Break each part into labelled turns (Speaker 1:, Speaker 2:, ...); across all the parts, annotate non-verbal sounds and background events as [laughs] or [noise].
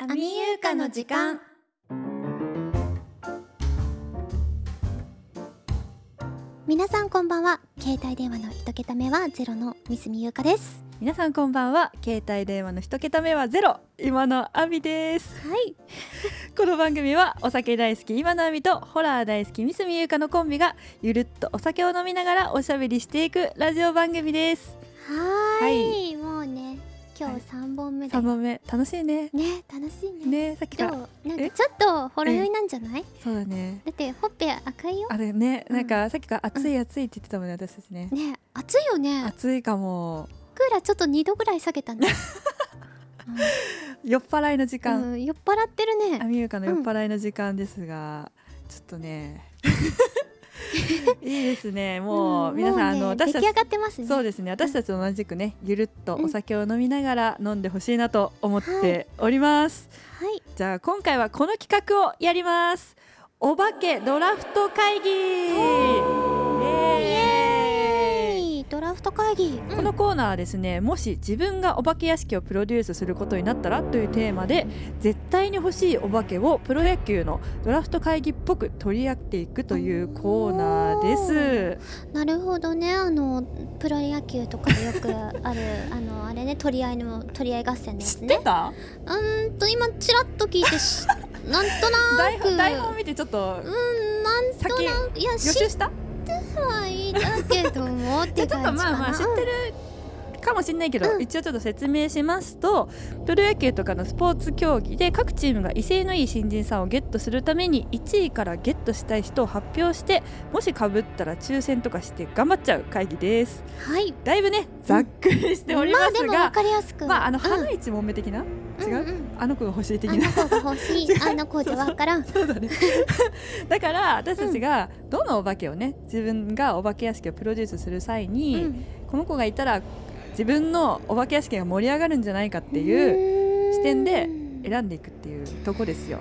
Speaker 1: リー優香の時間
Speaker 2: 皆さんこんばんは携帯電話の一桁目はゼロの三住優香です
Speaker 1: 皆さんこんばんは携帯電話の一桁目はゼロ今のアミです
Speaker 2: はい
Speaker 1: この番組はお酒大好き今のアミとホラー大好き三住優香のコンビがゆるっとお酒を飲みながらおしゃべりしていくラジオ番組です
Speaker 2: はーい
Speaker 1: は
Speaker 2: もうね今日三本目で、
Speaker 1: 3本目楽しいね
Speaker 2: ね楽しいね
Speaker 1: ねさっき
Speaker 2: ど
Speaker 1: か
Speaker 2: う
Speaker 1: ら
Speaker 2: なん
Speaker 1: え
Speaker 2: かちょっとほろ酔いなんじゃない
Speaker 1: そうだね
Speaker 2: だってほっぺ赤いよ
Speaker 1: あれねなんかさっきから暑い暑いって言ってたもんね私たちね
Speaker 2: ね暑いよね
Speaker 1: 暑いかも
Speaker 2: クーラーちょっと二度ぐらい下げたね、
Speaker 1: 酔っ払いの時
Speaker 2: う
Speaker 1: 間
Speaker 2: んうん酔っ払ってる
Speaker 1: ア
Speaker 2: ね
Speaker 1: ミユカの酔っ払いの時間ですが、ちょっと
Speaker 2: [laughs]
Speaker 1: ねいいですねもう、
Speaker 2: ん
Speaker 1: 皆さん、あ
Speaker 2: も
Speaker 1: の
Speaker 2: うね
Speaker 1: 私
Speaker 2: 出
Speaker 1: た
Speaker 2: 来
Speaker 1: ち
Speaker 2: 上がってますね
Speaker 1: そう
Speaker 2: で
Speaker 1: ですね私たちと同じくねゆるっと
Speaker 2: うん
Speaker 1: お酒を飲みながら飲んでほしいなと思っております、
Speaker 2: はい
Speaker 1: じゃあ今回はこの企画をやりますお化けドラフト会議イエーイ
Speaker 2: はいドラフト会議、うん
Speaker 1: このコーナーはですねもし自分がお化け屋敷をプロデュースすることになったらというテーマで絶対に欲しいお化けをプロ野球のドラフト会議っぽく取り合っていくというコーナーです。
Speaker 2: なるほどねあのプロ野球とかでよくあるあのあれね取り合いの取り合い合戦のやつね
Speaker 1: た
Speaker 2: うーんと今ちらっと聞いてしなんとな
Speaker 1: 台
Speaker 2: く
Speaker 1: 本台本見てちょっと
Speaker 2: うんなんと
Speaker 1: 先
Speaker 2: なくいや
Speaker 1: 予
Speaker 2: 知っ
Speaker 1: 習した
Speaker 2: てはいたけどもって
Speaker 1: でちょっと
Speaker 2: 感じ
Speaker 1: ま
Speaker 2: か
Speaker 1: あまあ
Speaker 2: な
Speaker 1: 知ってるかもしれないけど、
Speaker 2: うん
Speaker 1: 一応ちょっと説明しますとプロ野球とかのスポーツ競技で各チームが威勢のいい新人さんをゲットするために1位からゲットしたい人を発表してもしかぶったら抽選とかして頑張っちゃう会議です
Speaker 2: うんはい
Speaker 1: だいぶねざっくりしておりま
Speaker 2: あ
Speaker 1: す
Speaker 2: でもわ
Speaker 1: が、
Speaker 2: かりやすく
Speaker 1: まあ、あの
Speaker 2: うん
Speaker 1: 花一もめ的な、違
Speaker 2: んん
Speaker 1: あの子が欲しい的
Speaker 2: あ
Speaker 1: な
Speaker 2: の子が欲し
Speaker 1: 違
Speaker 2: いあの子じゃわからん
Speaker 1: そうだねだから私たちがどのお化けをね自分がお化け屋敷をプロデュースする際に、
Speaker 2: うん
Speaker 1: この子がいたら自分のお化け屋敷が盛り上がるんじゃないかっていう
Speaker 2: う
Speaker 1: 視点で
Speaker 2: ん
Speaker 1: 選んでいくっていうとこですよ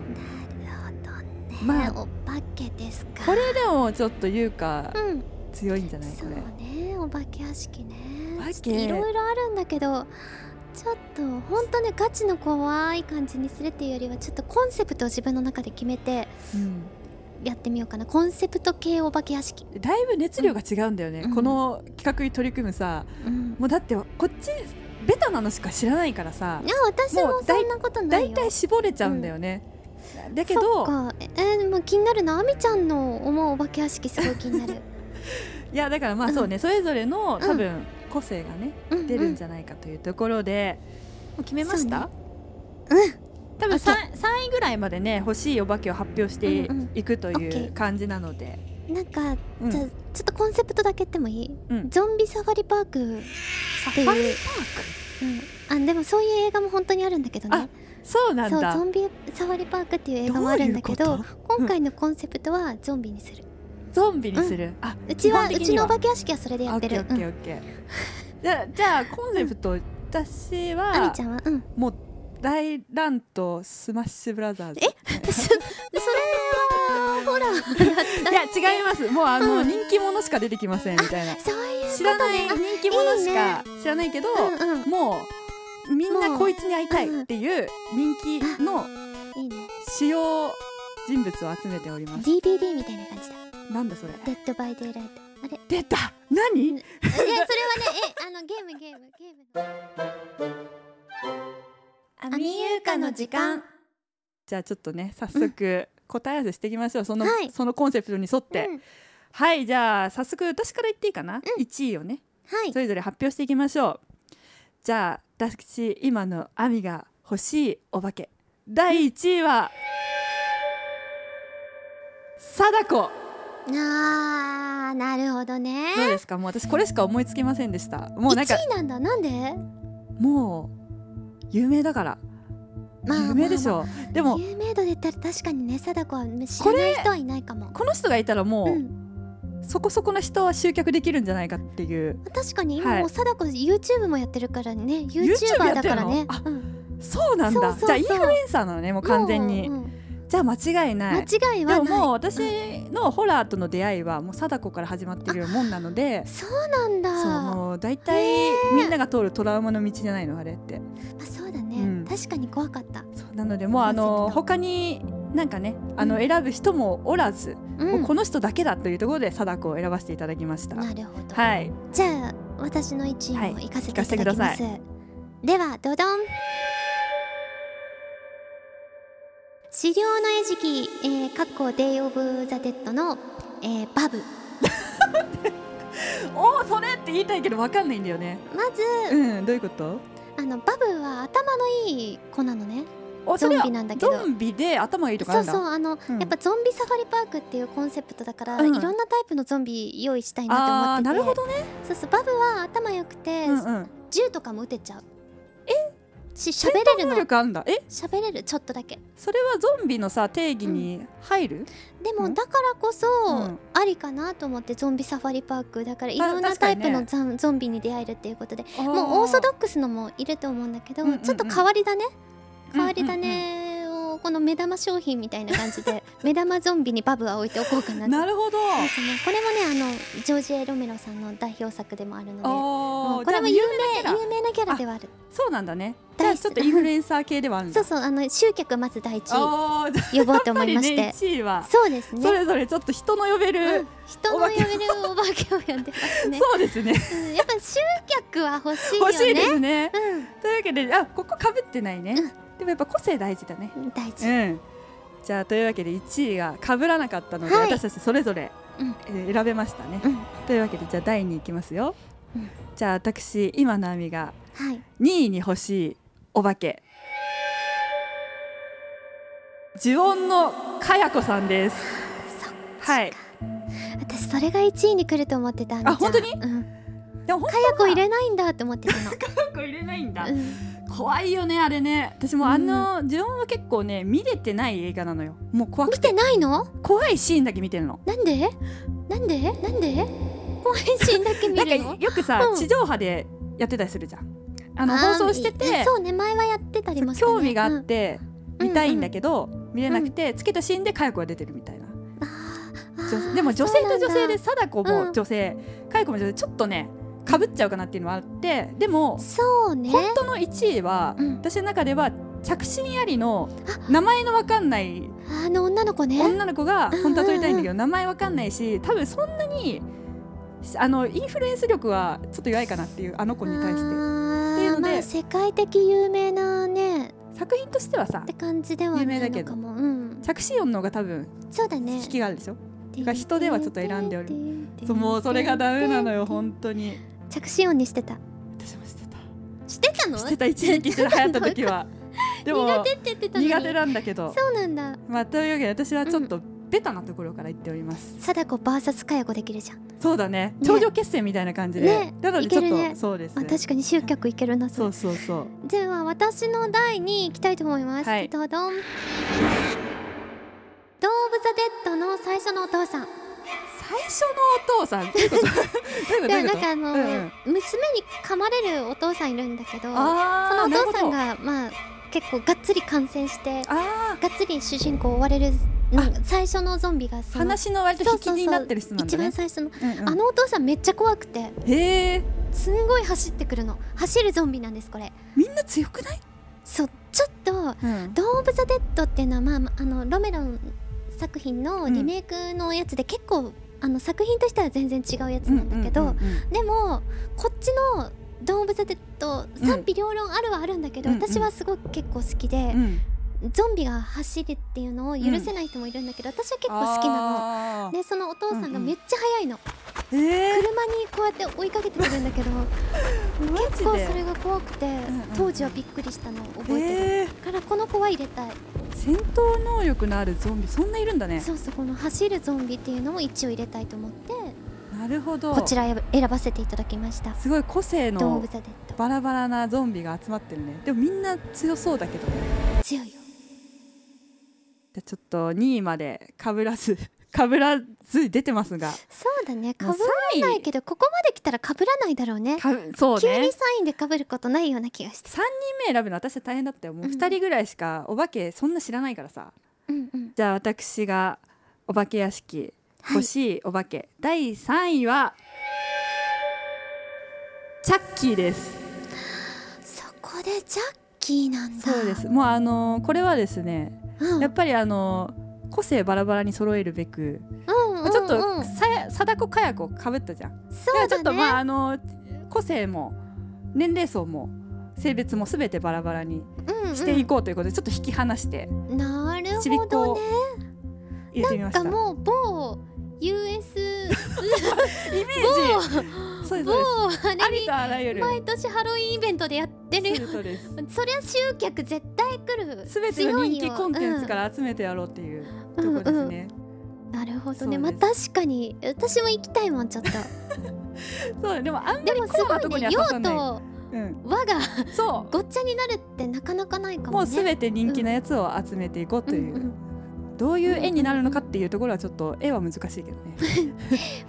Speaker 2: なるほどね
Speaker 1: まあ
Speaker 2: お化けですか
Speaker 1: これでもちょっと優香
Speaker 2: うん
Speaker 1: 強いんじゃない
Speaker 2: そ
Speaker 1: こ
Speaker 2: う
Speaker 1: れ
Speaker 2: ねお化け屋敷ね
Speaker 1: お化け
Speaker 2: ちょっといろいろあるんだけどちょっと本当ねガチの怖い感じにするっていうよりはちょっとコンセプトを自分の中で決めて
Speaker 1: うん
Speaker 2: やってみようかなコンセプト系お化け屋敷、
Speaker 1: だいぶ熱量が違うんだよね、
Speaker 2: うん
Speaker 1: この企画に取り組むさ
Speaker 2: うん、
Speaker 1: もうだってこっちベタなのしか知らないからさ
Speaker 2: いや私もそんなことな
Speaker 1: だ
Speaker 2: い
Speaker 1: い
Speaker 2: よ
Speaker 1: たい絞れちゃうんだよね、だけ
Speaker 2: そっ
Speaker 1: ど
Speaker 2: かええー、でも気になるなあみちゃんの思うお化け屋敷すごい気になる
Speaker 1: いやだからまあそうね、それぞれの多分個性がね
Speaker 2: う
Speaker 1: [laughs]
Speaker 2: ん
Speaker 1: 出るん
Speaker 2: じ
Speaker 1: じゃないかというところで、もう決めました
Speaker 2: そうね
Speaker 1: 多
Speaker 2: オ
Speaker 1: 分
Speaker 2: ッケー
Speaker 1: 3, 三位ぐらいまでね欲しいお化けを発表して
Speaker 2: うんうん
Speaker 1: いくと
Speaker 2: オッケ
Speaker 1: い
Speaker 2: ー
Speaker 1: う感じなので、
Speaker 2: ゃなんか、
Speaker 1: うん
Speaker 2: じゃあちょっとコンセプトだけ言ってもいい、
Speaker 1: うん
Speaker 2: ゾンビサファリパーク
Speaker 1: サ
Speaker 2: ファリパーうん、あでもそういう映画も本当にあるんだけどね
Speaker 1: そうなん
Speaker 2: そう
Speaker 1: だ
Speaker 2: ゾンビサファリパークっていう映画もあるんだけ
Speaker 1: ど
Speaker 2: ど
Speaker 1: ういう
Speaker 2: 今回のコンセプトはゾンビにする、
Speaker 1: ゾンビにする、あ
Speaker 2: うちは
Speaker 1: 基
Speaker 2: う
Speaker 1: 本
Speaker 2: ち
Speaker 1: 的に
Speaker 2: のお化け屋敷はそれでやって
Speaker 1: あ
Speaker 2: る
Speaker 1: オッケーオッケーオッケーじゃあじゃあコンセプト、私
Speaker 2: うんあみ
Speaker 1: は
Speaker 2: ちゃんはうん
Speaker 1: もう大乱とスマッシュブラザーズ
Speaker 2: そそれはほらやった
Speaker 1: いや違いますもうあの、
Speaker 2: うん
Speaker 1: 人気者しか出てきませんみたいな
Speaker 2: そういうことね
Speaker 1: 知らない
Speaker 2: あ
Speaker 1: 人気者しか知らないけど
Speaker 2: うんうん
Speaker 1: もうみんなこいつに会いたいっていう人気の
Speaker 2: いいね
Speaker 1: 主要人物を集めております
Speaker 2: DVD みたいな感じだ
Speaker 1: なんだそれ
Speaker 2: 「デッド・バイ・デイ・ラ
Speaker 1: [laughs]
Speaker 2: イト」あれいや
Speaker 1: 出た何
Speaker 2: それはねえあのゲームゲームゲーム
Speaker 1: [laughs] ア
Speaker 2: ミユーカの時間
Speaker 1: じゃあちょっとね早速答え合わせしていきましょうその,、
Speaker 2: はい
Speaker 1: そのコンセプトに沿って、
Speaker 2: うん
Speaker 1: はいじゃあ早速私から言っていいかな、1位をね
Speaker 2: はい
Speaker 1: それぞれ発表していきましょうじゃあ私今のアミが欲しいお化け第1位は貞子
Speaker 2: あーなるほどね
Speaker 1: どうですかもう私これしか思いつきませんでしたもうなん
Speaker 2: 1
Speaker 1: か
Speaker 2: 位なんだなんで
Speaker 1: もう有名だから有名でしょ、でも
Speaker 2: 有名度で言ったら確かにね貞子は知らない人はいないかも
Speaker 1: この人がいたらもう、
Speaker 2: うん、
Speaker 1: そこそこの人は集客できるんじゃないかっていう
Speaker 2: 確かに
Speaker 1: は
Speaker 2: 今
Speaker 1: い
Speaker 2: もう貞子 YouTube もやってるからね
Speaker 1: YouTube や
Speaker 2: YouTuber
Speaker 1: ってんの
Speaker 2: だからね
Speaker 1: あ
Speaker 2: うん
Speaker 1: そうなんだ
Speaker 2: そうそうそう
Speaker 1: じゃあインフルエンサーなのねもう完全に、
Speaker 2: もううん
Speaker 1: じゃあ間違いない
Speaker 2: 間違い
Speaker 1: で
Speaker 2: は
Speaker 1: ももう
Speaker 2: な
Speaker 1: 私のホラーとの出会いはもう貞子から始まってるもんなので
Speaker 2: いそうなんだ
Speaker 1: そうもう大体みんなが通るトラウマの道じゃないのあれって
Speaker 2: まあ、そうだね、
Speaker 1: うん
Speaker 2: 確確かに怖かった、
Speaker 1: そうなのでもうあの他になんかねあの
Speaker 2: うん
Speaker 1: 選ぶ人もおらず、
Speaker 2: う、
Speaker 1: もうんこの人だけだというところで貞子を選ばせていただきました。
Speaker 2: なるほど、
Speaker 1: はい、
Speaker 2: じゃあ私の一位
Speaker 1: はい
Speaker 2: も行か
Speaker 1: 聞
Speaker 2: せて
Speaker 1: か
Speaker 2: い
Speaker 1: せて
Speaker 2: た
Speaker 1: く
Speaker 2: だ
Speaker 1: だ
Speaker 2: き
Speaker 1: さ
Speaker 2: ま
Speaker 1: い
Speaker 2: す、ではドドン資料の餌食、えー、かっこデイ・オブ・ザ・デッドの、えー、バブ
Speaker 1: おおそれって言いたいけどわかんないんだよね。
Speaker 2: まず
Speaker 1: うんどういうこと？
Speaker 2: あのバブは頭のいい子なのね
Speaker 1: お
Speaker 2: ゾ
Speaker 1: それ
Speaker 2: ン
Speaker 1: は
Speaker 2: ビなんだけど
Speaker 1: ゾンビで頭がいいとかあ
Speaker 2: そ
Speaker 1: る
Speaker 2: う
Speaker 1: だ。
Speaker 2: んそうあの、
Speaker 1: うん
Speaker 2: やっぱゾンビサファリパークっていうコンセプトだから、
Speaker 1: うん
Speaker 2: いろんなタイプのゾンビ用意したいなと思
Speaker 1: あ
Speaker 2: ってて
Speaker 1: あなるほどね。
Speaker 2: そうそうバブは頭良くて、
Speaker 1: うんうん。
Speaker 2: 銃とかも撃てちゃうえし喋れ
Speaker 1: 能
Speaker 2: るの
Speaker 1: 力あるんだ。え
Speaker 2: 喋れるちょっとだけ
Speaker 1: それはゾンビのさ定義に入る？
Speaker 2: でも
Speaker 1: ん
Speaker 2: だからこそ、
Speaker 1: ん
Speaker 2: ありかなと思ってゾンビサファリパークだからいろんな
Speaker 1: 確
Speaker 2: タ
Speaker 1: か
Speaker 2: イ
Speaker 1: にね
Speaker 2: プのゾン,、ゾンビに出会えるっていうことで
Speaker 1: も
Speaker 2: もうオーソドックスのもいると思うんだけど、
Speaker 1: うんうんうん
Speaker 2: ちょっと変わりだね変わりだ
Speaker 1: うんうんうん
Speaker 2: ねをこの目玉商品みたいな感
Speaker 1: [laughs]
Speaker 2: じで目玉ゾンビにバブは置いておこうかなと
Speaker 1: なるほど。
Speaker 2: ですねこれもねあのジョージ・エロメロさんの代表作でもあるので
Speaker 1: あ
Speaker 2: もう
Speaker 1: あ
Speaker 2: これも有
Speaker 1: キ
Speaker 2: 名
Speaker 1: ャラ
Speaker 2: 有名なキャラではある
Speaker 1: そうなんだね。じゃ
Speaker 2: 大
Speaker 1: あ
Speaker 2: 好き
Speaker 1: ちょっとインフルエンサー系ではあるん
Speaker 2: そ
Speaker 1: だ。
Speaker 2: うそうあの集客まず第一位
Speaker 1: ああーじゃあ
Speaker 2: 呼ぼうと
Speaker 1: [laughs] やっ
Speaker 2: 思
Speaker 1: ぱ
Speaker 2: い
Speaker 1: り
Speaker 2: まして、
Speaker 1: ね1位は。
Speaker 2: そうですね
Speaker 1: それぞれちょっと人の呼べる、
Speaker 2: うん、人の呼べるお化けを呼んでます
Speaker 1: [laughs]
Speaker 2: ね、
Speaker 1: そうですね
Speaker 2: うん、やっぱ集客は欲しいよ
Speaker 1: 欲
Speaker 2: ね
Speaker 1: しいですね
Speaker 2: うん
Speaker 1: というわけであここかぶってないね、でもやっぱ個性大事だね
Speaker 2: 大
Speaker 1: う
Speaker 2: 事、
Speaker 1: んじゃあというわけで1位がかぶらなかったので、
Speaker 2: はい
Speaker 1: 私たちそれぞれ、
Speaker 2: うん
Speaker 1: えー選べましたね、
Speaker 2: うん
Speaker 1: というわけでじゃあ第2位いきますよ、
Speaker 2: うん
Speaker 1: じゃあ私今のあみが
Speaker 2: はい
Speaker 1: 2位に欲しいお化け呪音のかやこさんです
Speaker 2: そっ
Speaker 1: はい
Speaker 2: 私それが1位に来ると思ってたあみちゃん
Speaker 1: 本当に
Speaker 2: うん、
Speaker 1: でも本
Speaker 2: かやこ入れないんだって思ってたの、
Speaker 1: 当にかやこ入れ [laughs] ないんだ
Speaker 2: うん、
Speaker 1: 怖いよねあれね私もあの呪音は結構ね見れてない映画なのよもう怖く
Speaker 2: 見てないの
Speaker 1: 怖いシーンだけ見てるの
Speaker 2: なんでなんでなんで怖いシーンだけ見
Speaker 1: なんか
Speaker 2: るの
Speaker 1: よくさ、
Speaker 2: うん
Speaker 1: 地上波でやってたりするじゃんあの
Speaker 2: あー
Speaker 1: 放送してて
Speaker 2: そうね前はやってたりもした、ね、
Speaker 1: 興味があって、
Speaker 2: うん
Speaker 1: 見たいんだけど、見れなくて、つけたシーンで佳代子が出てるみたいな
Speaker 2: うん、あー
Speaker 1: 女でも女性と女性で
Speaker 2: そうな
Speaker 1: 貞
Speaker 2: んだ
Speaker 1: 子
Speaker 2: うん
Speaker 1: も女性佳代子も女性ちょっとねかぶっちゃうかなっていうのはあってでも
Speaker 2: そうね
Speaker 1: 本当の1位は、
Speaker 2: うん
Speaker 1: 私の中では着信ありの名前のわかんない
Speaker 2: あの女の子ね
Speaker 1: 女の子が本当は撮りたいんだけど名前わかんないし多分そんなにあのインフルエンス力はちょっと弱いかなっていうあの子に対してってい
Speaker 2: あ
Speaker 1: う
Speaker 2: ー
Speaker 1: ので
Speaker 2: まあ世界的有名なね
Speaker 1: 作品としてはさ
Speaker 2: って感じではないのかもうん
Speaker 1: 着信音の方が多分
Speaker 2: そうだね
Speaker 1: 引きがあるでしょ、が人ではちょっと選んでおりそうもうそれがダメなのよ本当に
Speaker 2: 着信音にしてた
Speaker 1: 私もしてた
Speaker 2: してたの
Speaker 1: してた一時期してた流行った時
Speaker 2: [laughs]
Speaker 1: はでも
Speaker 2: 苦手って言ってたのに
Speaker 1: 苦手なんだけど
Speaker 2: そうなんだ
Speaker 1: まあというわけで私はちょっとベタなところから言っております、
Speaker 2: 貞子 VS かや子できるじゃん
Speaker 1: そうだね
Speaker 2: ね
Speaker 1: 頂上決戦みたいな感じで、
Speaker 2: ね
Speaker 1: なのでちょっ
Speaker 2: い
Speaker 1: と、
Speaker 2: けるね
Speaker 1: そうです
Speaker 2: あ
Speaker 1: ね
Speaker 2: 確かに集客いけるな
Speaker 1: そうそうそう
Speaker 2: では私の第に行きたいと思います、
Speaker 1: はい
Speaker 2: どどんドーム・ザ・デッドの最初のお父さん
Speaker 1: 最初のお父さんどういうことどういうことどう
Speaker 2: で
Speaker 1: い
Speaker 2: も
Speaker 1: う
Speaker 2: な
Speaker 1: こ
Speaker 2: んかあの、
Speaker 1: とうん
Speaker 2: 娘に噛まれるお父さんいるんだけど
Speaker 1: あー
Speaker 2: そのお
Speaker 1: なる
Speaker 2: 父
Speaker 1: ほ
Speaker 2: さん
Speaker 1: ど
Speaker 2: がまあ結構がっつり感染してが
Speaker 1: あ
Speaker 2: っつり主人公を追われるうん最初のゾンビが
Speaker 1: ー
Speaker 2: その
Speaker 1: 話の割と引きになってる人なん
Speaker 2: 一
Speaker 1: だ
Speaker 2: 番
Speaker 1: ね
Speaker 2: 最初の、
Speaker 1: うんうん
Speaker 2: あのお父さんめっちゃ怖くて
Speaker 1: へえ
Speaker 2: すんごい走ってくるの走るゾンビなんですこれ
Speaker 1: みんな強くない、
Speaker 2: そうちょっと「ドーム・ザ・デッド」っていうのは、まあまあ、あのロメロン作品のリメイクのやつで結構、あの作品としては全然違うやつなんだけど、
Speaker 1: うんうんうん
Speaker 2: でもこっちの「ドーム・ザ・デッド」賛否両論あるはあるんだけど、
Speaker 1: うんうん
Speaker 2: 私はすごく結構好き
Speaker 1: う
Speaker 2: で
Speaker 1: ん、うん
Speaker 2: ゾンビが走るっていうのを許せない人もいるんだけど、私は結構好きなの。
Speaker 1: な
Speaker 2: でそのお父さん
Speaker 1: うん
Speaker 2: が
Speaker 1: うん
Speaker 2: めっちゃ速いの、
Speaker 1: えー、
Speaker 2: 車にこうやって追いかけてくるんだけど
Speaker 1: マ
Speaker 2: 結
Speaker 1: ジ
Speaker 2: 構
Speaker 1: で
Speaker 2: それが怖くて、
Speaker 1: んうん
Speaker 2: 当時はびっくりしたのを覚えてる、
Speaker 1: え
Speaker 2: だからこの子は入れたい
Speaker 1: ー、戦闘能力のあるゾンビそんないるんだね
Speaker 2: そうそうこの走るゾンビっていうのも一応入れたいと思って
Speaker 1: なるほど
Speaker 2: こちら選ば選ばせていただきました
Speaker 1: すごい個性
Speaker 2: 「ドー
Speaker 1: の
Speaker 2: ム・ザ・デッド
Speaker 1: バラバラなゾンビが集まってるねでもみんな強そうだけど」
Speaker 2: 強いよ
Speaker 1: じゃあちょっと2位までかぶらずかぶらず出てますが
Speaker 2: そうだね
Speaker 1: も
Speaker 2: か
Speaker 1: う
Speaker 2: ぶらないけどここまで来たらかぶらないだろうね
Speaker 1: かぶそう
Speaker 2: 急に
Speaker 1: ね
Speaker 2: サインでかぶることないような気がして
Speaker 1: 3人目選ぶの私は大変だったよもう
Speaker 2: うん
Speaker 1: 2人ぐらいしかお化けそんな知らないからさ、
Speaker 2: うんうん
Speaker 1: じゃあ私がお化け屋敷
Speaker 2: は
Speaker 1: 欲
Speaker 2: い
Speaker 1: しいお化け、第3位はチャッキーです
Speaker 2: そこでジャッキ1位なんだ
Speaker 1: そうですもうあのーこれはですね
Speaker 2: うん、
Speaker 1: やっぱりあのー個性バラバラに揃えるべく、
Speaker 2: うんうんうん
Speaker 1: まあちょっとさや貞子かや子かぶったじゃん
Speaker 2: そ
Speaker 1: では
Speaker 2: うだ、ね、
Speaker 1: ちょっとまああの個性も年齢層も性別も全てバラバラに
Speaker 2: うんうん
Speaker 1: していこうということでちょっと引き離して
Speaker 2: なる
Speaker 1: ちびっ
Speaker 2: ほ
Speaker 1: 子
Speaker 2: ど
Speaker 1: を
Speaker 2: ね
Speaker 1: 入れてみました。
Speaker 2: なんかもう某 US
Speaker 1: イメージ [laughs]
Speaker 2: 某
Speaker 1: そうです
Speaker 2: 某
Speaker 1: そうです
Speaker 2: あ
Speaker 1: あ
Speaker 2: れ
Speaker 1: り
Speaker 2: に
Speaker 1: とあらゆる
Speaker 2: 毎年ハロウィンイベントでやってるよ
Speaker 1: そうですそうで
Speaker 2: そりゃ集客絶対来る、
Speaker 1: す全ての人気コンテンツからら集めてやろうっていうと
Speaker 2: 強
Speaker 1: ころ
Speaker 2: いようん
Speaker 1: ですね。
Speaker 2: うんうんなるほど
Speaker 1: そうで
Speaker 2: ね
Speaker 1: す
Speaker 2: まあ確かに私も行きたいもんちょっと
Speaker 1: そうでもあんま
Speaker 2: で
Speaker 1: り
Speaker 2: も
Speaker 1: コアな
Speaker 2: す
Speaker 1: と
Speaker 2: ご
Speaker 1: こ
Speaker 2: い
Speaker 1: には刺
Speaker 2: ね用
Speaker 1: さんない。
Speaker 2: と
Speaker 1: うん、
Speaker 2: 和が
Speaker 1: そ
Speaker 2: ごっちゃになるってなかなかない
Speaker 1: う
Speaker 2: か
Speaker 1: も
Speaker 2: も
Speaker 1: う
Speaker 2: ね
Speaker 1: 全て人気なやつを集めていこうという、
Speaker 2: うんう
Speaker 1: どういう絵になるのかっていうところはちょっと絵は難しいけどね。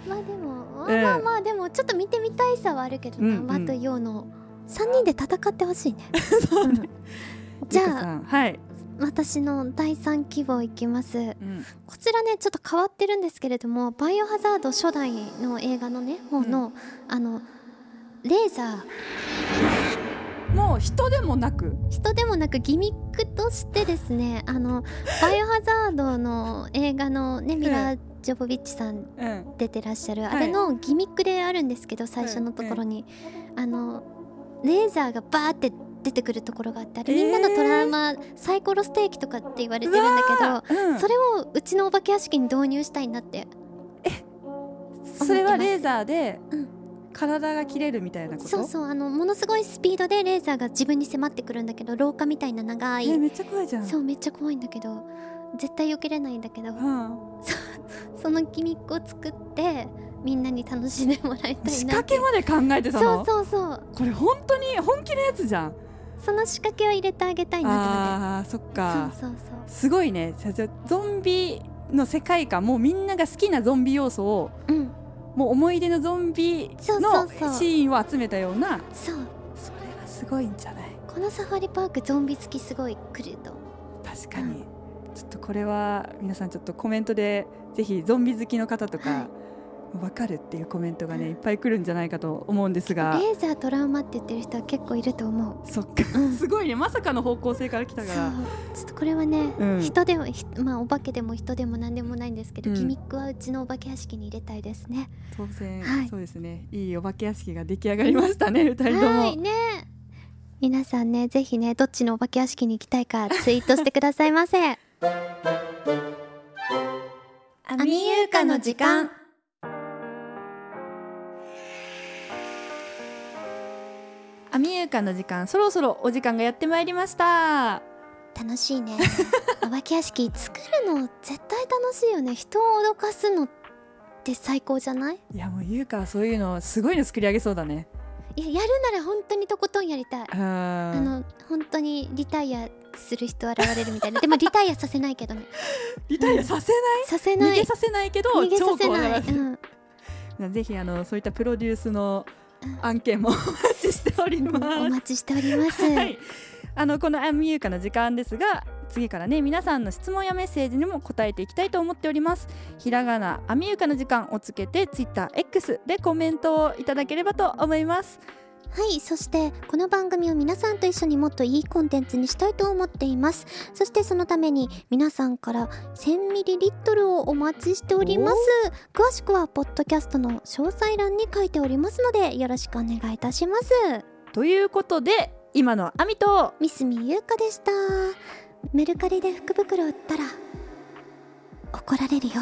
Speaker 2: まあでも、
Speaker 1: ええ
Speaker 2: まあまあでもちょっと見てみたいさはあるけど
Speaker 1: う
Speaker 2: な、
Speaker 1: んうん
Speaker 2: 和と洋の3人で戦ってほしいね
Speaker 1: [laughs] そうね
Speaker 2: うん [laughs] じ
Speaker 1: ゆか
Speaker 2: ゃあ
Speaker 1: さんはい、
Speaker 2: 私の第3希望いきます
Speaker 1: うん
Speaker 2: こちらねちょっと変わってるんですけれども「バイオハザード」初代の映画のね方の、あのレーザ
Speaker 1: もう人でもなく
Speaker 2: ー人でもなくギミックとしてですねあの「バイオハザード」の映画のねミラー・ジョボビッチさん
Speaker 1: うん、
Speaker 2: 出てらっしゃる、
Speaker 1: い
Speaker 2: あれのギミックであるんですけど最初のところに、あのレーザーがバーって出てくるところがあってあ
Speaker 1: え
Speaker 2: れ
Speaker 1: ー
Speaker 2: みんなのトラウマ、サイコロステーキとかって言われてるんだけど。
Speaker 1: うん、
Speaker 2: それをうちのお化け屋敷に導入したいなって
Speaker 1: それはレーザーで
Speaker 2: うん
Speaker 1: 体が切れるみたいなこと
Speaker 2: そうそうあのものすごいスピードでレーザーが自分に迫ってくるんだけど廊下みたいな長
Speaker 1: え
Speaker 2: い、
Speaker 1: ーめっちゃ怖いじゃん
Speaker 2: そうめっちゃ怖いんだけど絶対避けれないんだけど
Speaker 1: うん
Speaker 2: そのギミックを作ってみんなに楽しんでもらいたい
Speaker 1: 仕
Speaker 2: な
Speaker 1: 掛
Speaker 2: って
Speaker 1: けまで考えてた
Speaker 2: そ
Speaker 1: の
Speaker 2: うそうそう
Speaker 1: これ本当に本気のやつじゃん
Speaker 2: その仕掛けを入れてあげたいな
Speaker 1: あーそっ
Speaker 2: と
Speaker 1: か
Speaker 2: 思ってそうそうそう
Speaker 1: すごいねじゃじゃゾンビの世界観もうみんなが好きなゾンビ要素を
Speaker 2: うん
Speaker 1: もう思い出のゾンビ
Speaker 2: そうそ
Speaker 1: の
Speaker 2: うそう
Speaker 1: シーンを集めたような
Speaker 2: そう
Speaker 1: それはすごいんじゃない
Speaker 2: このサファリパークゾンビ好きすごい来ると
Speaker 1: 確かに、ちょっとこれは皆さんちょっとコメントでぜひゾンビ好きの方と
Speaker 2: は
Speaker 1: か、わかるっていうコメントがねいっぱい来るんじゃないかと思うんです
Speaker 2: レ
Speaker 1: が
Speaker 2: ーザートラウマって言ってる人は結構いると思う
Speaker 1: そっか、
Speaker 2: うん
Speaker 1: すごいねまさかの方向性から来た
Speaker 2: そう
Speaker 1: から
Speaker 2: ちょっとこれはね、
Speaker 1: うん
Speaker 2: 人でもひまあお化けでも人でも何でもないんですけど、
Speaker 1: うん
Speaker 2: ギミックはうちのお化け屋敷に入れたいですね
Speaker 1: 当然、
Speaker 2: はい
Speaker 1: そうですねいいお化け屋敷が出来上がりましたね二人とも、
Speaker 2: はいね皆さんねぜひねどっちのお化け屋敷に行きたいかツイートしてください
Speaker 1: [laughs]
Speaker 2: ませ
Speaker 1: ア
Speaker 2: ミユーカの時間
Speaker 1: アミユーカの時間そろそろお時間がやってまいりました
Speaker 2: 楽しいねお化け屋敷作るの絶対楽しいよね人を脅かすのって最高じゃない
Speaker 1: いやもう優香はそういうのすごいの作り上げそうだね
Speaker 2: いややるなら本当にとことんやりたい
Speaker 1: あ
Speaker 2: あの本当にリタイアする人現れるみたいなでもリタイアさせないけどね
Speaker 1: リタイアさせ
Speaker 2: させ
Speaker 1: ない
Speaker 2: な
Speaker 1: 逃
Speaker 2: い
Speaker 1: げさせないけど
Speaker 2: 逃げさ
Speaker 1: 超
Speaker 2: せ
Speaker 1: 怖が
Speaker 2: ない、
Speaker 1: らせる
Speaker 2: うん、
Speaker 1: ぜひあのそういったプロデュースの
Speaker 2: うん
Speaker 1: 案件もお待ちしておりま
Speaker 2: お
Speaker 1: す。
Speaker 2: 待ちしております。
Speaker 1: はい、あのこの「アミユーカ」の時間ですが次からね皆さんの質問やメッセージにも答えていきたいと思っておりますひらがな「アミユーカ」の時間をつけて TwitterX でコメントをいただければと思います
Speaker 2: はい、そしてこの番組を皆さんと一緒にもっといいコンテンツにしたいと思っています。そしてそのために皆さんから1000ミリリットルをお待ちしております。詳しくはポッドキャストの詳細欄に書いておりますのでよろしくお願いいたします。
Speaker 1: ということで今のアミと
Speaker 2: ミスミユうかでした。メルカリで福袋売ったら怒られるよ。